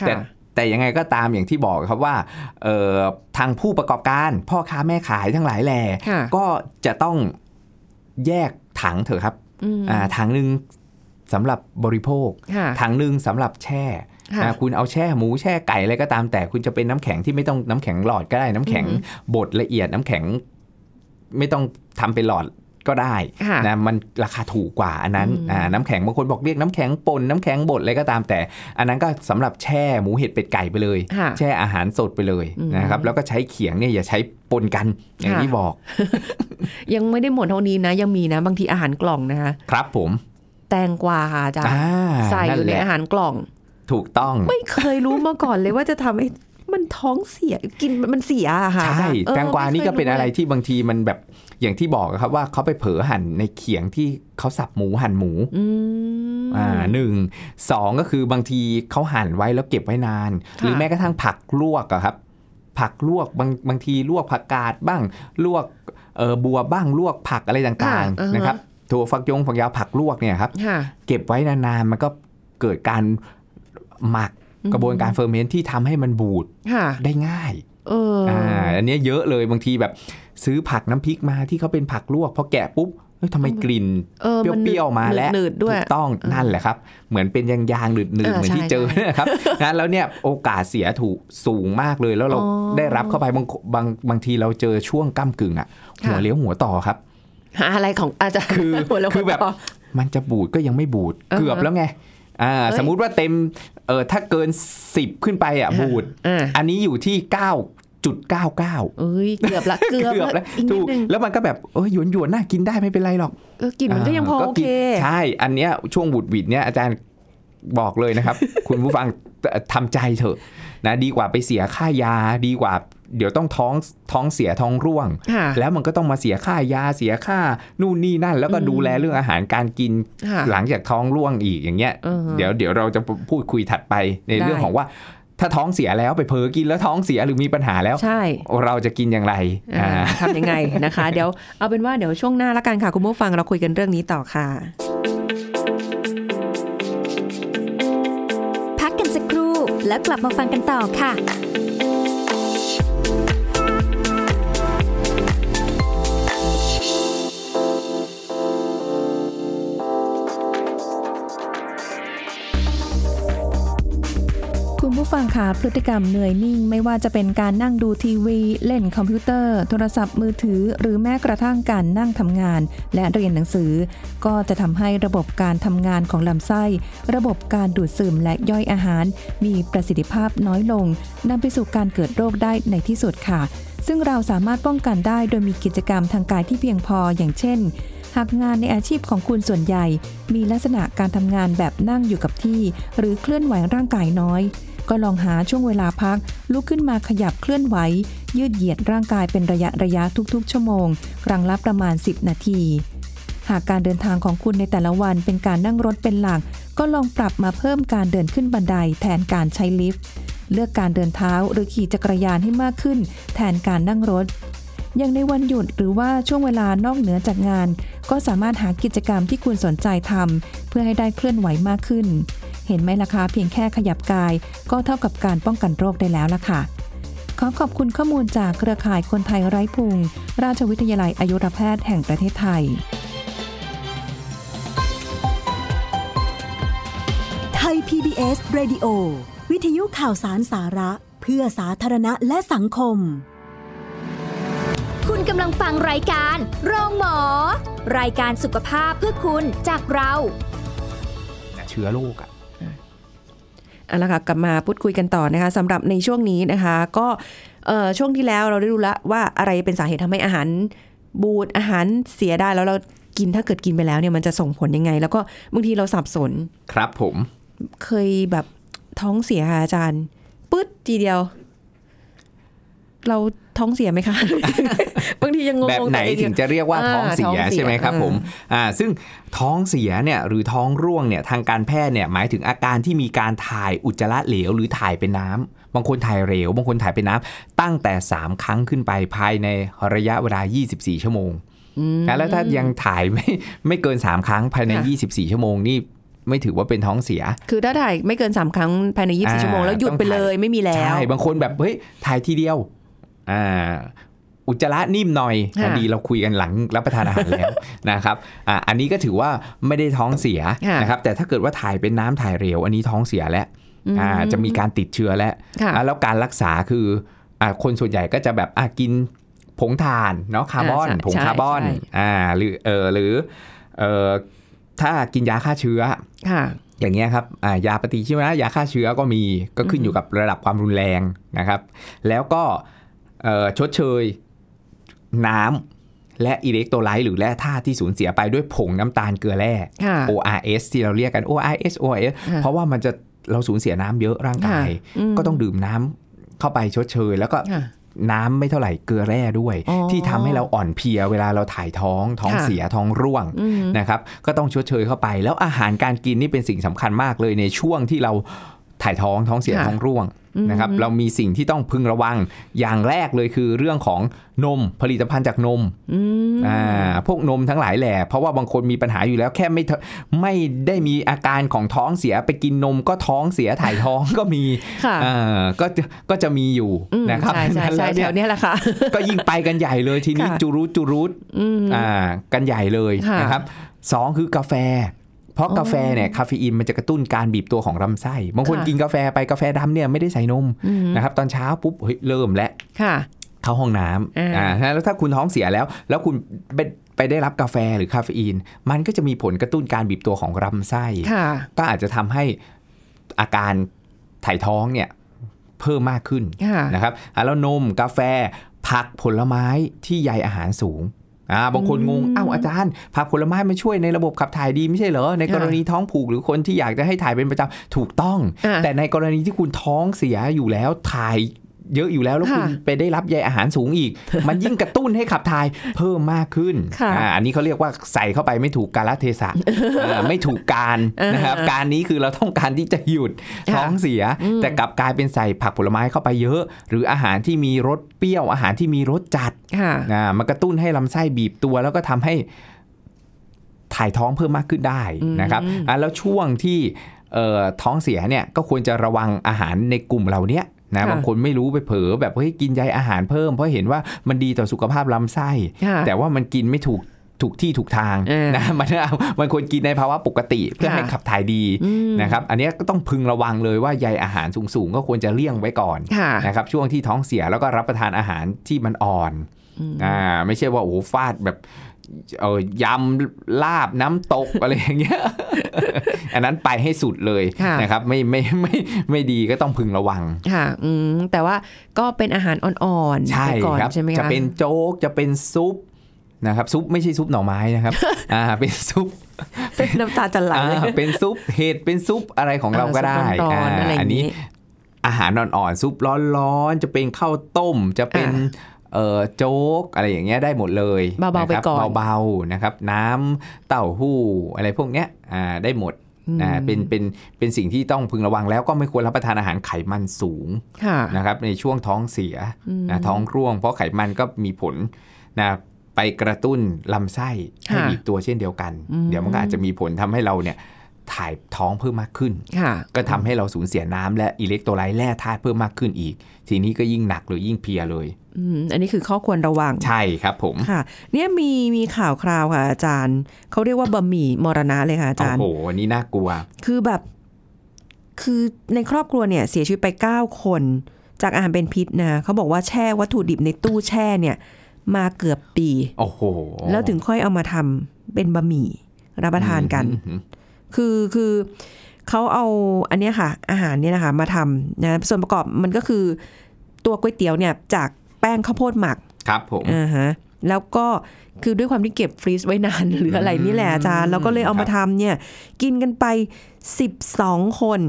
[SPEAKER 2] ค่ะ
[SPEAKER 3] แต่แต่ยังไงก็ตามอย่างที่บอกครับว่าเอ่อทางผู้ประกอบการพ่อค้าแม่ขายทั้งหลายแหล่
[SPEAKER 2] ค่ะ
[SPEAKER 3] ก็จะต้องแยกถังเถอะครับ
[SPEAKER 2] อืม
[SPEAKER 3] อ่าถังหนึ่งสำหรับบริโภค
[SPEAKER 2] ค่ะ
[SPEAKER 3] ถังหนึ่งสำหรับแช่
[SPEAKER 2] ค่ะ
[SPEAKER 3] อ่าคุณเอาแช่หมูแช่ไก่อะไรก็ตามแต่คุณจะเป็นน้ำแข็งที่ไม่ต้องน้ำแข็งหลอดก็ได้น้ำแข็ง
[SPEAKER 2] อือหื
[SPEAKER 3] บดละเอียดน้ำแข็ง ไม่ต้องทำเป็นหลอดก็ได้
[SPEAKER 2] ค่ะ
[SPEAKER 3] นะมันราคาถูกกว่าอันนั้น
[SPEAKER 2] อืม
[SPEAKER 3] อ่าน้ำแข็งบางคนบอกเรียกน้ำแข็งปนน้ำแข็งบดอะไรก็ตามแต่ อันนั้นก็สำหรับแช่หมูเห็ดเป็ดไก่ไปเลย
[SPEAKER 2] ค่ะ
[SPEAKER 3] แช่อาหารสดไปเลย
[SPEAKER 2] อืม
[SPEAKER 3] นะครับแล้วก็ใช้เขียงเนี่ยอย่าใช้ปนกันอย่าง
[SPEAKER 2] ค่ะ
[SPEAKER 3] ที่บอก
[SPEAKER 2] ยังไม่ได้หมดเท่านี้นะ ยังมีนะ บางทีอาหารกล่องนะคะ
[SPEAKER 3] ครับผม
[SPEAKER 2] แตงกวาค่ะอาจารย์
[SPEAKER 3] อ่า
[SPEAKER 2] ใส่อยู่ใน
[SPEAKER 3] แหละ
[SPEAKER 2] อาหารกล่อง
[SPEAKER 3] ถูกต้อง
[SPEAKER 2] ไม่เคยรู้มาก่อนเลยว่าจะทำให้มันท้องเสียกินมันเสียอะค่ะอาจา
[SPEAKER 3] ใช่
[SPEAKER 2] รย์เออ
[SPEAKER 3] แตงกวา
[SPEAKER 2] ม่คย
[SPEAKER 3] นี่ก็เป็นอะไร
[SPEAKER 2] ลย
[SPEAKER 3] ที่บางทีมันแบบอย่างที่บอกอะครับว่าเขาไปเผลอหั่นในเขียงที่เขาสับหมูหั่นหมู
[SPEAKER 2] อืม
[SPEAKER 3] อ่าหนึ่งสองก็คือบางทีเขาหั่นไว้แล้วเก็บไว้นาน
[SPEAKER 2] ค่ะ
[SPEAKER 3] หรือแม้กระทั่งผักลวกอะครับ ผักลวกบางบางทีลวกผักกาดบ้าง ลวกเออบัวบ้างลวกผักอะไรต่างๆนะครับถั่วฝักยงฝักยาวผักลวกเนี่ยครับ
[SPEAKER 2] ค่ะ
[SPEAKER 3] เก็บไว้นานๆมันก็เกิดการหมัก
[SPEAKER 2] อืม
[SPEAKER 3] กระบวนการเฟอร์เมนต์ที่ทำให้มันบูด
[SPEAKER 2] ค่ะ
[SPEAKER 3] ได้ง่าย
[SPEAKER 2] เอออ
[SPEAKER 3] อ่าอันเนี้ยเยอะเลยบางทีแบบซื้อผักน้ำพริกมาที่เขาเป็นผักลวกพอแกะปุ๊บเอ้ยทำไมกลิ่น
[SPEAKER 2] เออ
[SPEAKER 3] เป
[SPEAKER 2] น
[SPEAKER 3] รี้ยวๆมาแล้ว
[SPEAKER 2] หนืดๆด้วย
[SPEAKER 3] ถูกต้องนั่นแหละครับ เหมือนเป็นยางๆหนืดๆ
[SPEAKER 2] เออ
[SPEAKER 3] เหมือนที่
[SPEAKER 2] ใช่
[SPEAKER 3] เจอ นะครับนะแล้วเนี่ยโอกาสเสียถูกสูงมากเลยแล้วเรา
[SPEAKER 2] อ๋อ
[SPEAKER 3] ได้รับเข้าไปบางบางบางทีเราเจอช่วงก้ากึ่งอ่ะ
[SPEAKER 2] ค่ะ
[SPEAKER 3] หัวเลี้ยวหัวต่อครับ
[SPEAKER 2] หาอะไรของอาจารย์
[SPEAKER 3] คือ
[SPEAKER 2] หัวเราะ
[SPEAKER 3] คือแบบ
[SPEAKER 2] ต่
[SPEAKER 3] มันจะบูดก็ยังไม่บูด
[SPEAKER 2] อ่าฮะ
[SPEAKER 3] เกือบแล้วไงอ่า
[SPEAKER 2] เอ้ย
[SPEAKER 3] สมมุติว่าเต็มเออถ้าเกิน 10 ขึ้นไปอ่ะบูด
[SPEAKER 2] อ่า
[SPEAKER 3] อันนี้อยู่ที่ 9.99
[SPEAKER 2] เอ้ยเกือบละเกือบ
[SPEAKER 3] เกือบ
[SPEAKER 2] ละ
[SPEAKER 3] แล้ว
[SPEAKER 2] อีกนิ
[SPEAKER 3] ถู
[SPEAKER 2] ด
[SPEAKER 3] ก
[SPEAKER 2] นึง
[SPEAKER 3] แล้วมันก็แบบเออหยวนหยวนๆน่ากินได้ไม่เป็นไรหรอก
[SPEAKER 2] เออกลิ่นมันก็ยังพอโอเค
[SPEAKER 3] กินใช่ อันเนี้ยช่วงบุดหวิดเนี้ยอาจารย์ บอกเลยนะครับ คุณผู้ฟังทำใจเถอะนะดีกว่าไปเสียค่ายาดีกว่า เดี๋ยวต้องท้องท้องเสียท้องร่วง
[SPEAKER 2] ค่ะ
[SPEAKER 3] แล้วมันก็ต้องมาเสียค่ายาเสียค่านู่นนี่นั่น แล้วก็
[SPEAKER 2] อืม
[SPEAKER 3] ดูแลเรื่องอาหารการกิน
[SPEAKER 2] ค่ะ
[SPEAKER 3] หลังจากท้องร่วงอีกอย่างเงี้ย
[SPEAKER 2] อือฮะ
[SPEAKER 3] เดี๋ยวเดี๋ยวเราจะพูดคุยถัดไปใน
[SPEAKER 2] ได้
[SPEAKER 3] เรื่องของว่า ถ้าท้องเสียแล้วไปเผลอกินแล้วท้องเสียหรือมีปัญหาแล้ว
[SPEAKER 2] ใช่
[SPEAKER 3] เราจะกินอย่างไร
[SPEAKER 2] อ่า
[SPEAKER 3] อ่า
[SPEAKER 2] ทำยังไงนะคะ เดี๋ยวเอาเป็นว่าเดี๋ยวช่วงหน้าละกันค่ะ คุณผู้ฟังเราคุยกันเรื่องนี้ต่อค่ะ
[SPEAKER 1] พักกันสักครู่ แล้วกลับมาฟังกันต่อค่ะ
[SPEAKER 2] คุณผู้ฟังค่ะพฤติกรรมเหนื่อยนิ่ง ไม่ว่าจะเป็นการนั่งดูทีวี เล่นคอมพิวเตอร์ โทรศัพท์มือถือ หรือแม้กระทั่งการนั่งทำงาน และเรียนหนังสือ ก็จะทำให้ระบบการทำงานของลำไส้ ระบบการดูดซึมและย่อยอาหาร มีประสิทธิภาพน้อยลงนำไปสู่การเกิดโรคได้ในที่สุดค่ะ ซึ่งเราสามารถป้องกันได้โดยมีกิจกรรมทางกายที่เพียงพออย่างเช่น หากงานในอาชีพของคุณส่วนใหญ่ มีลักษณะการทำงานแบบนั่งอยู่กับที่ หรือเคลื่อนไหวร่างกายน้อย ก็ลองหาช่วงเวลาพัก ลุกขึ้นมาขยับเคลื่อนไหว ยืดเหยียดร่างกายเป็นระยะระยะทุกๆ ชั่วโมง ครั้งละประมาณ 10 นาที หากการเดินทางของคุณในแต่ละวันเป็นการนั่งรถเป็นหลัก ก็ลองปรับมาเพิ่มการเดินขึ้นบันไดแทนการใช้ลิฟต์ เลือกการเดินเท้าหรือขี่จักรยานให้มากขึ้น แทนการนั่งรถ อย่างในวันหยุดหรือว่าช่วงเวลานอกเหนือจากงาน ก็สามารถหากิจกรรมที่คุณสนใจทำเพื่อให้ได้เคลื่อนไหวมากขึ้น เห็นไหมล่ะคะเพียงแค่ขยับกาย ก็เท่ากับการป้องกันโรคได้แล้วล่ะค่ะ ขอขอบคุณข้อมูลจากเครือข่ายคนไทยไร้พุง ราชวิทยาลัยอายุรแพทย์แห่งประเทศไทย
[SPEAKER 4] ไทย PBS Radio วิทยุข่าวสารสาระ เพื่อสาธารณะและสังคม
[SPEAKER 1] คุณกำลังฟังรายการ โรงหมอ รายการสุขภาพเพื่อคุณจากเรา
[SPEAKER 3] เชื้อโรคอะ
[SPEAKER 2] เอาละค่ะกลับมาพูดคุยกันต่อนะคะสำหรับในช่วงนี้นะคะ ก็เอ่อช่วงที่แล้วเราได้รู้แล้วว่าอะไรเป็นสาเหตุทำให้อาหารบูดอาหารเสียได้แล้วเรากินถ้าเกิดกินไปแล้วเนี่ยมันจะส่งผลยังไง แล้วก็บางทีเราสับสน
[SPEAKER 3] ครับผม
[SPEAKER 2] เคยแบบท้องเสียค่ะอาจารย์ปึ๊ดทีเดียว เราท้องเสียไหมคะ บางทียังงงๆ
[SPEAKER 3] แบบไหน
[SPEAKER 2] ตัวเออ
[SPEAKER 3] ถึ
[SPEAKER 2] ยู่
[SPEAKER 3] งจะเรียกว่า
[SPEAKER 2] อ่า
[SPEAKER 3] ท้อง
[SPEAKER 2] ท้
[SPEAKER 3] เสีย
[SPEAKER 2] องเสีย
[SPEAKER 3] ใช่ไหมครับ
[SPEAKER 2] เออ
[SPEAKER 3] ผมอ่าซึ่งท้องเสียเนี่ยหรือท้องร่วงเนี่ยทางการแพทย์เนี่ยหมายถึงอาการที่มีการถ่ายอุจจาระเหลวหรือถ่ายเป็นน้ำบางคนถ่ายเหลวบางคนถ่ายเป็นน้ำตั้งแต่ 3 ครั้งขึ้นไปภายในระยะเวลา 24 ชั่วโมงนะแล้วถ้ายังถ่ายไม่ไม่เกิน 3 ครั้งภายใน
[SPEAKER 2] ค่ะ
[SPEAKER 3] 24 ชั่วโมงนี่ไม่ถือว่าเป็นท้องเสีย
[SPEAKER 2] คือถ้าถ่ายไม่เกินสามครั้งภายในยี่สิบ
[SPEAKER 3] อ่า
[SPEAKER 2] ชั่วโมงแล้วหยุด
[SPEAKER 3] ต้อง
[SPEAKER 2] ไป
[SPEAKER 3] ถ่าย
[SPEAKER 2] เลยไม่มีแล้ว
[SPEAKER 3] ใช่บางคนแบบเฮ้ยถ่ายทีเดียวอ่าอุจจาระนิ่มหน่อย
[SPEAKER 2] ค่ะ
[SPEAKER 3] พอดีเราคุยกันหลังรับประทานอาหาร แล้ว นะครับอ่าอันนี้ก็ถือว่าไม่ได้ท้องเสีย
[SPEAKER 2] ค่ะ
[SPEAKER 3] นะครับแต่ถ้าเกิดว่าถ่ายเป็นน้ำถ่ายเร็ว อันนี้ท้องเสียแล้วอ่าจะมีการติดเชื้อแล้ว
[SPEAKER 2] ค่ะ
[SPEAKER 3] อ่าแล้วการรักษาคืออ่าคนส่วนใหญ่ก็จะแบบอ่ากินผงถ่านเนาะคาร์บอน
[SPEAKER 2] อ่าใช่
[SPEAKER 3] ผงคาร์บอน
[SPEAKER 2] ใช่
[SPEAKER 3] อ่าหรือเออหรือเออถ้ากินยาฆ่าเชื้อ
[SPEAKER 2] ค่ะ
[SPEAKER 3] อย่างเงี้ยครับอ่ายาปฏิชีวนะยาฆ่าเชื้อก็มีก็ขึ้นอยู่กับระดับความรุนแรงนะครับ แล้วก็เอ่อชดเชยน้ำและอิเล็กโทรไลต์หรือแร่ธาตุที่สูญเสียไปด้วยผงน้ำตาลเกลือแร่
[SPEAKER 2] ค่ะ
[SPEAKER 3] ORS ที่เราเรียกกัน ORS ORS
[SPEAKER 2] ค่ะ
[SPEAKER 3] เพราะว่ามันจะเราสูญเสียน้ำเยอะร่างกาย
[SPEAKER 2] ค่ะอืม
[SPEAKER 3] ก็ต้องดื่มน้ำเข้าไปชดเชย แล้วก็
[SPEAKER 2] ค่ะ
[SPEAKER 3] น้ำไม่เท่าไหร่เกลือแร่ด้วย
[SPEAKER 2] อ๋อ
[SPEAKER 3] ที่ทำให้เราอ่อนเพลียเวลาเราถ่ายท้องท้อง
[SPEAKER 2] ค่ะ
[SPEAKER 3] เสียท้องร่วง
[SPEAKER 2] อืม
[SPEAKER 3] นะครับก็ต้องชดเชยเข้าไป แล้วอาหารการกินนี่เป็นสิ่งสำคัญมากเลยในช่วงที่เราถ่ายท้องท้องเสีย
[SPEAKER 2] ค่ะ
[SPEAKER 3] ท้องร่วงนะครับเรามีสิ่งที่ต้องพึงระวังอย่างแรกเลยคือเรื่องของนมผลิตภัณฑ์จากนมอ่าพวกนมทั้งหลายแหละเพราะว่าบางคนมีปัญหาอยู่แล้วแค่ไม่ทไม่ได้มีอาการของท้องเสียไปกินนมก็ท้องเสียถ่ายท้อง ก็มี
[SPEAKER 2] ค่ะ
[SPEAKER 3] อ่าก็จะก็จะมีอยู่
[SPEAKER 2] อืม
[SPEAKER 3] นะครับ
[SPEAKER 2] ใช่ใช่
[SPEAKER 3] นั้น
[SPEAKER 2] ใช่
[SPEAKER 3] ล้ว
[SPEAKER 2] แถ
[SPEAKER 3] เนี่ยว
[SPEAKER 2] เนี้ยแหละค่ะ
[SPEAKER 3] ก็ยิ่งไปกันใหญ่เลยทีนี้
[SPEAKER 2] ค่ะ
[SPEAKER 3] จูรุดจูรุด
[SPEAKER 2] อืม
[SPEAKER 3] อ่ากันใหญ่เลย
[SPEAKER 2] ค่ะ
[SPEAKER 3] นะครับสองคือกาแฟ เพราะกาแฟเนี่ยคาเฟอีนมันจะกระตุ้นการบีบตัวของลำไส้ บางคน
[SPEAKER 2] ค่ะ
[SPEAKER 3] กินกาแฟไปกาแฟดำเนี่ยไม่ได้ใส่นม
[SPEAKER 2] อืม
[SPEAKER 3] นะครับตอนเช้าปุ๊บเฮ้ยเริ่มและ
[SPEAKER 2] ค่ะ
[SPEAKER 3] เข้าห้องน้
[SPEAKER 2] อ่า
[SPEAKER 3] ำอ่าแล้วถ้าคุณท้องเสียแล้ว แล้วคุณไปไปได้รับกาแฟหรือคาเฟอีน มันก็จะมีผลกระตุ้นการบีบตัวของลำไส้
[SPEAKER 2] ค่ะ
[SPEAKER 3] ก็อาจจะทำให้อาการถ่ายท้องเนี่ยเพิ่มมากขึ้น
[SPEAKER 2] ค่ะ
[SPEAKER 3] นะครับอ่ะแล้วนมกาแฟผักผลไม้ที่ใยอาหารสูง อ่าบางคนงง
[SPEAKER 2] อืม
[SPEAKER 3] เอ้าอาจารย์ผักผลไม้มันช่วยในระบบขับถ่ายดีไม่ใช่เหรอในกรณีท้องผูกหรือคนที่อยากจะให้ถ่ายเป็นประจำถูกต้อง
[SPEAKER 2] อ่า
[SPEAKER 3] แต่ในกรณีที่คุณท้องเสียอยู่แล้วถ่ายเยอะอยู่แล้วแล้ว
[SPEAKER 2] ค่ะ
[SPEAKER 3] คุณไปได้รับใยอาหารสูง อีก มันยิ่งกระตุ้นให้ขับถ่ายเพิ่มมากขึ้น
[SPEAKER 2] ค่ะ
[SPEAKER 3] อาอันนี้เขาเรียกว่าใส่เข้าไปไม่ถูกกาลเท ศะเออไม่ถูกการนะครับการนี้คือเราต้องการที่จะหยุด
[SPEAKER 2] ค่ะ
[SPEAKER 3] ท้องเสีย แต่กลับกลายเป็นใส่ผักผลไม้เข้าไปเยอะ หรืออาหารที่มีรสเปรี้ยวอาหารที่มีรสจัด
[SPEAKER 2] ค่ะ
[SPEAKER 3] อ่ามันกระตุ้นให้ลำไส้บีบตัวแล้วก็ทำให้ถ่ายท้องเพิ่มมากขึ้นได้นะครับอ่ะแล้วช่วงที่เอ่อท้องเสียเนี่ยก็ควรจะระวังอาหารในกลุ่มเหล่าเนี้ยนะ
[SPEAKER 2] ค่ะ
[SPEAKER 3] บางคนไม่รู้ไปเผลอแบบเฮ้ยกินใยอาหารเพิ่ม เพราะเห็นว่ามันดีต่อสุขภาพลำไส้
[SPEAKER 2] ค่ะ
[SPEAKER 3] แต่ว่ามันกินไม่ถูกถูกที่ถูกทาง
[SPEAKER 2] เออ
[SPEAKER 3] นะ มันมันควรกินในภาวะปกติเพื่อ
[SPEAKER 2] ค่ะ
[SPEAKER 3] ให้ขับถ่ายดี
[SPEAKER 2] อืม
[SPEAKER 3] นะครับอันเนี้ยก็ต้องพึงระวังเลยว่าใยอาหารสูงๆ ก็ควรจะเลี่ยงไว้ก่อน
[SPEAKER 2] ค่ะ
[SPEAKER 3] นะครับช่วงที่ท้องเสียแล้วก็รับประทานอาหารที่มันอ่อนอ่าไม่ใช่ว่าโอ้โหฟาดแบบเออยำลาบน้ำตก อะไรอย่างเงี้ย อันนั้นไปให้สุดเลย
[SPEAKER 2] ค่ะ
[SPEAKER 3] นะครับไม่ไม่ไม่ไม่ดีก็ต้องพึงระวัง
[SPEAKER 2] ค่ะอืมแต่ว่าก็เป็นอาหารอ่อนๆ
[SPEAKER 3] ใช่
[SPEAKER 2] ไปก่อน
[SPEAKER 3] ครับ
[SPEAKER 2] ใช่ไหมคะ
[SPEAKER 3] จะเป็นโจ๊กจะเป็นซุปนะครับซุปไม่ใช่ซุปหน่อไม้นะครับ อ่าเป็นซุป
[SPEAKER 2] น้ำตาจะไหลเลย
[SPEAKER 3] อ่าเป็นซุปเห็ดเป็นซุปอะไรของเราก็ได้
[SPEAKER 2] ซุปร้อนๆอะไรอย่างนี้
[SPEAKER 3] นนี้อาหารอ่อนๆซุปร้อนๆจะเป็นข้าวต้มจะเป็น
[SPEAKER 2] อ่า
[SPEAKER 3] เอ่อโจ๊กอะไรอย่างเงี้ยได้หมดเลย
[SPEAKER 2] เบาๆ
[SPEAKER 3] ะครับ
[SPEAKER 2] ไปก่อน
[SPEAKER 3] เบาๆนะครับ น้ำเต้าหู้อะไรพวกเนี้ยอ่าได้หมดอ่า
[SPEAKER 2] อืม
[SPEAKER 3] เป็นเป็นเป็นสิ่งที่ต้องพึงระวังแล้วก็ไม่ควรรับประทานอาหารไขมันสูง
[SPEAKER 2] ค่ะ
[SPEAKER 3] นะครับในช่วงท้องเสียนะท้องร่วง เพราะไขมันก็มีผลนะไปกระตุ้นลำไส้ให้
[SPEAKER 2] ค่ะ
[SPEAKER 3] บีบตัวเช่นเดียวกัน
[SPEAKER 2] อืม
[SPEAKER 3] เดี๋ยวมันก็อาจจะมีผลทำให้เราเนี่ยถ่ายท้องเพิ่มมากขึ้น
[SPEAKER 2] ค่ะ
[SPEAKER 3] ก็ทำให้เราสูญเสียน้ำและอิเล็กโทรไลต์แร่ธาตุเพิ่มมากขึ้นอีก ทีนี้ก็ยิ่งหนักเลยยิ่งเพลียเลย
[SPEAKER 2] อืมอันนี้คือข้อควรระวัง
[SPEAKER 3] ใช่ครับผม
[SPEAKER 2] ค่ะ เนี่ยมีมีข่าวคราวค่ะอาจารย์ เขาเรียกว่าบะหมี่มรณะเลยค่ะอา
[SPEAKER 3] โอ้
[SPEAKER 2] จารย์
[SPEAKER 3] โหอันนี้น่ากลัว
[SPEAKER 2] คือแบบ คือในครอบครัวเนี่ยเสียชีวิตไป 9 คน จากอาหารเป็นพิษนะ เขาบอกว่าแช่วัตถุดิบในตู้แช่เนี่ย มาเกือบปี
[SPEAKER 3] โอ้โห
[SPEAKER 2] แล้วถึงค่อยเอามาทำเป็นบะหมี่รับประทานกัน
[SPEAKER 3] อืม
[SPEAKER 2] คือคือเขาเอาอันเนี้ยค่ะ อาหารเนี่ยนะคะมาทำนะส่วนประกอบมันก็คือตัวก๋วยเตี๋ยวเนี่ยจากแป้งข้าวโพดหมัก
[SPEAKER 3] ครับผม
[SPEAKER 2] อ่าฮะแล้วก็คือด้วยความที่เก็บฟรีซไว้นาน หรืออะไรนี่แหละอาจารย์แล้วก็เลยเอามาทำเนี่ย กินกันไป 12 คน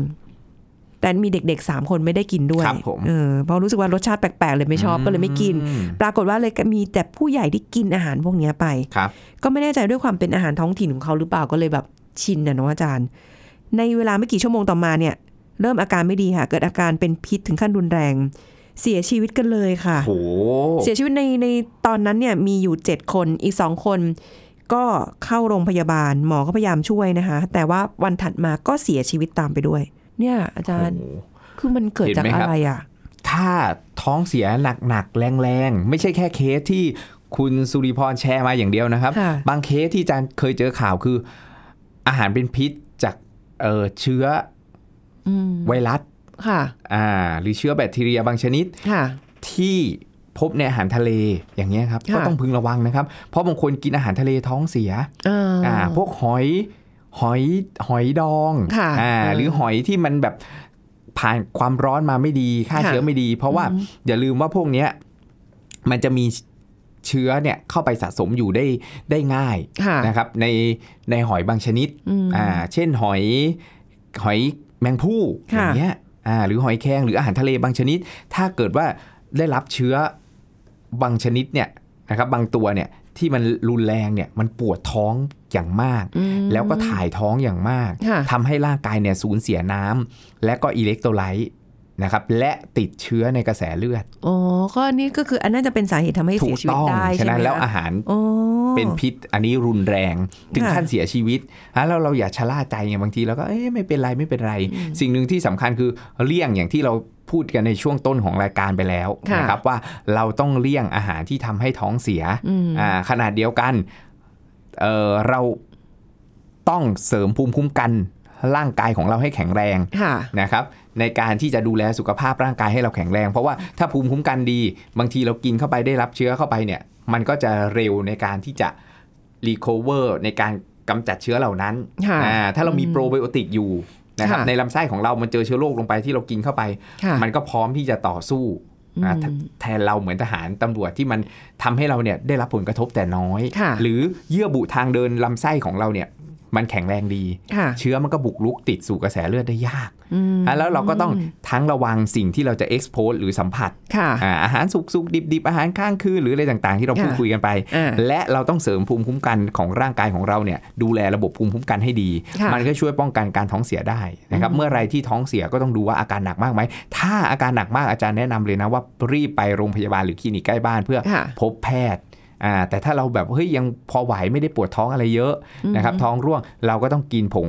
[SPEAKER 2] แต่มีเด็กๆ 3 คนไม่ได้กินด้วย
[SPEAKER 3] ครับผม
[SPEAKER 2] เออเพราะรู้สึกว่ารสชาติแปลกๆ เลยไม่ชอบก็เลยไม่กิน
[SPEAKER 3] อืม
[SPEAKER 2] ปรากฏว่าเลยก็มีแต่ผู้ใหญ่ที่กินอาหารพวกเนี้ยไป
[SPEAKER 3] ครับ
[SPEAKER 2] ก็ไม่แน่ใจด้วยความเป็นอาหารท้องถิ่นของเขาหรือเปล่าก็เลยแบบชินนะเนาะอาจารย์ ในเวลาไม่กี่ชั่วโมงต่อมาเนี่ย เริ่มอาการไม่ดีค่ะ เกิดอาการเป็นพิษถึงขั้นรุนแรง เสียชีวิตกันเลยค่ะ
[SPEAKER 3] โอ้โห
[SPEAKER 2] เสียชีวิตในในตอนนั้นเนี่ยมีอยู่ 7 คนอีก 2 คน ก็เข้าโรงพยาบาลหมอก็พยายามช่วยนะคะ แต่ว่าวันถัดมาก็เสียชีวิตตามไปด้วย เนี่ย อาจารย์ คือมันเกิดจาก
[SPEAKER 3] เห็นไห
[SPEAKER 2] อะ
[SPEAKER 3] มครับ
[SPEAKER 2] ไรอ่ะ
[SPEAKER 3] ถ้าท้องเสียหนักๆ แรงๆ ไม่ใช่แค่เคสที่คุณสุริพรแชร์มาอย่างเดียวนะครับ
[SPEAKER 2] ค่ะ
[SPEAKER 3] บางเคสที่อาจารย์เคยเจอข่าวคือ อาหารเป็นพิษจากเอ่อเชื้อ
[SPEAKER 2] อืม
[SPEAKER 3] ไวรัส
[SPEAKER 2] ค่ะ
[SPEAKER 3] อ่าหรือเชื้อแบคทีเรียบางชนิด
[SPEAKER 2] ค่ะ
[SPEAKER 3] ที่พบในอาหารทะเลอย่างเงี้ยครับ
[SPEAKER 2] ค่ะ
[SPEAKER 3] ก็ต้องพึงระวังนะครับ เพราะบางคนกินอาหารทะเลท้องเสีย
[SPEAKER 2] อ่า
[SPEAKER 3] อ่าพวกหอยหอยหอยดอง
[SPEAKER 2] ค่ะ
[SPEAKER 3] อ่า
[SPEAKER 2] เออ
[SPEAKER 3] หรือหอยที่มันแบบผ่านความร้อนมาไม่ดีฆ่า
[SPEAKER 2] ค่ะ
[SPEAKER 3] เชื้อไม่ดี เพราะว่าอย่าลืมว่าพวกเนี้ย มันจะมีเชื้อเนี่ยเข้าไปสะสมอยู่ได้ได้ง่าย
[SPEAKER 2] ค่ะ
[SPEAKER 3] นะครับในในหอยบางชนิด
[SPEAKER 2] อืม
[SPEAKER 3] อ่าเช่นหอยหอยแมงผู้
[SPEAKER 2] ค่ะ
[SPEAKER 3] อย่างเงี้ยอ่าหรือหอยแครงหรืออาหารทะเลบางชนิด ถ้าเกิดว่าได้รับเชื้อบางชนิดเนี่ยนะครับบางตัวเนี่ยที่มันรุนแรงเนี่ยมันปวดท้องอย่างมาก
[SPEAKER 2] อืม
[SPEAKER 3] แล้วก็ถ่ายท้องอย่างมาก
[SPEAKER 2] ค่ะ
[SPEAKER 3] ทำให้ร่างกายเนี่ยสูญเสียน้ำและก็อิเล็กโทรไลต์นะครับและติดเชื้อในกระแสเลือด
[SPEAKER 2] อ๋อ ก็นี่ก็คืออันน่าจะเป็นสาเหตุทำให้เสียชีวิตได้
[SPEAKER 3] ฉะ
[SPEAKER 2] ใช่ไหม
[SPEAKER 3] นั้นแล้ว
[SPEAKER 2] คะ
[SPEAKER 3] อาหาร
[SPEAKER 2] อ๋อ
[SPEAKER 3] เป็นพิษอันนี้รุนแรง ถึง
[SPEAKER 2] ค่ะ
[SPEAKER 3] ขั้นเสียชีวิตอ่ะแล้วเราอย่าชะล่าใจไงบางทีเราก็เอ๊ะไม่เป็นไรไม่เป็นไร สิ่งหนึ่งที่สำคัญคือเลี่ยงอย่างที่เราพูดกันในช่วงต้นของรายการไปแล้ว
[SPEAKER 2] ค่ะ
[SPEAKER 3] นะครับว่าเราต้องเลี่ยงอาหารที่ทำให้ท้องเสีย
[SPEAKER 2] อืม
[SPEAKER 3] อ่าขนาดเดียวกันเอ่อเราต้องเสริมภูมิคุ้มกันร่างกายของเราให้แข็งแรง
[SPEAKER 2] ค่ะ
[SPEAKER 3] นะครับในการที่จะดูแลสุขภาพร่างกายให้เราแข็งแรง เพราะว่าถ้าภูมิคุ้มกันดี บางทีเรากินเข้าไปได้รับเชื้อเข้าไปเนี่ย มันก็จะเร็วในการที่จะรีค o เวอร์ในการกำจัดเชื้อเหล่านั้น
[SPEAKER 2] ค่ะ
[SPEAKER 3] อ่าถ้าเรามีโปรไบโอติกอยู่นะครับ
[SPEAKER 2] ค่ะ
[SPEAKER 3] ในลำไส้ของเรามันเจอเชื้อโรคลงไปที่เรากินเข้าไป
[SPEAKER 2] ค่ะ
[SPEAKER 3] มันก็พร้อมที่จะต่อสู้ อ่ะ
[SPEAKER 2] อืม
[SPEAKER 3] แทนเราเหมือนทหารตำรวจที่มันทำให้เราเนี่ยได้รับผลกระทบแต่น้อย
[SPEAKER 2] ค่ะ
[SPEAKER 3] หรือเยื่อบุทางเดินลำไส้ของเราเนี่ยมันแข็งแรงดี
[SPEAKER 2] ค่ะ
[SPEAKER 3] เชื้อมันก็บุกลุกติดสู่กระแสเลือดได้ยาก
[SPEAKER 2] อืม
[SPEAKER 3] อ่ะแล้วเราก็ต้องทั้งระวังสิ่งที่เราจะ expose หรือสัมผัส
[SPEAKER 2] ค่ะ
[SPEAKER 3] อ่ะอาหารสุกสุกดิบดิบๆอาหารข้างคืนหรืออะไรต่างๆ ที่เรา
[SPEAKER 2] ค่ะ
[SPEAKER 3] พูดคุยกันไป
[SPEAKER 2] อ่า
[SPEAKER 3] และเราต้องเสริมภูมิคุ้มกันของร่างกายของเราเนี่ยดูแลระบบภูมิคุ้มกันให้ดี
[SPEAKER 2] ค่ะ
[SPEAKER 3] มันก็ช่วยป้องกันการท้องเสียได้นะครับเมื่อไรที่ท้องเสียก็ต้องดูว่าอาการหนักมากไหม ถ้าอาการหนักมากอาจารย์แนะนำเลยนะว่ารีบไปโรงพยาบาลหรือคลินิกใกล้บ้านเพื่อ
[SPEAKER 2] ค่ะ
[SPEAKER 3] พบแพทย์อ่าแต่ถ้าเราแบบเฮ้ยยังพอไหวไม่ได้ปวดท้องอะไรเยอะนะครับท้องร่วงเราก็ต้องกินผง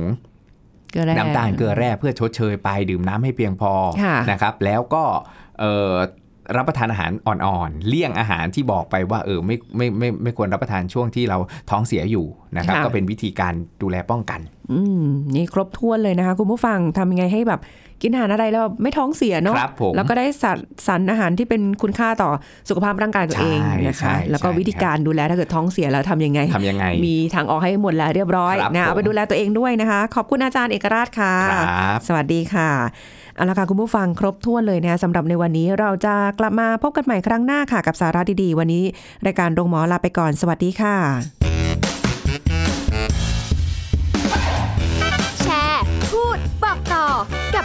[SPEAKER 2] เกลือแร่
[SPEAKER 3] น้ำตาลเกลือแร่เพื่อชดเชยไปดื่มน้ำให้เพียงพอ
[SPEAKER 2] ค่ะ
[SPEAKER 3] นะครับ แล้วก็เอ่อรับประทานอาหารอ่อนๆ เลี่ยงอาหารที่บอกไปว่าเออไม่ไม่ไมไม่ไม่ควรรับประทานช่วงที่เราท้องเสียอยู่นะครับ
[SPEAKER 2] ค่ะ
[SPEAKER 3] ก็เป็นวิธีการดูแลป้องกัน
[SPEAKER 2] อืมนี่ครบถ้วนเลยนะคะ คุณผู้ฟังทำยังไงให้แบบกินอาหารอะไรแล้วไม่ท้องเสียเนาะ
[SPEAKER 3] ครับผม
[SPEAKER 2] แล้วก็ได้สารสารอาหารที่เป็นคุณค่าต่อสุขภาพร่างกายตัวเอง
[SPEAKER 3] ใช่
[SPEAKER 2] นะคะ
[SPEAKER 3] ใช่ใช่
[SPEAKER 2] แล้วก็วิธีการดูแลถ้าเกิดท้องเสียแล้วทำยังไง
[SPEAKER 3] ทำยังไง
[SPEAKER 2] มีทางออกให้หมดแล้วเรียบร้อย
[SPEAKER 3] ครับ
[SPEAKER 2] นะเอาไป
[SPEAKER 3] ผม
[SPEAKER 2] ดูแลตัวเองด้วยนะคะ ขอบคุณอาจารย์เอกราชค่ะ
[SPEAKER 3] ครับ
[SPEAKER 2] สวัสดีค่ะเอาละค่ะคุณผู้ฟังครบถ้วนเลยนะคะสำหรับในวันนี้เราจะกลับมาพบกันใหม่ครั้งหน้าค่ะ กับสาระดีๆ วันนี้รายการโรงหมอลาไปก่อนสวัสดีค่ะ
[SPEAKER 1] แชร์ พูด บอกต่อ กับ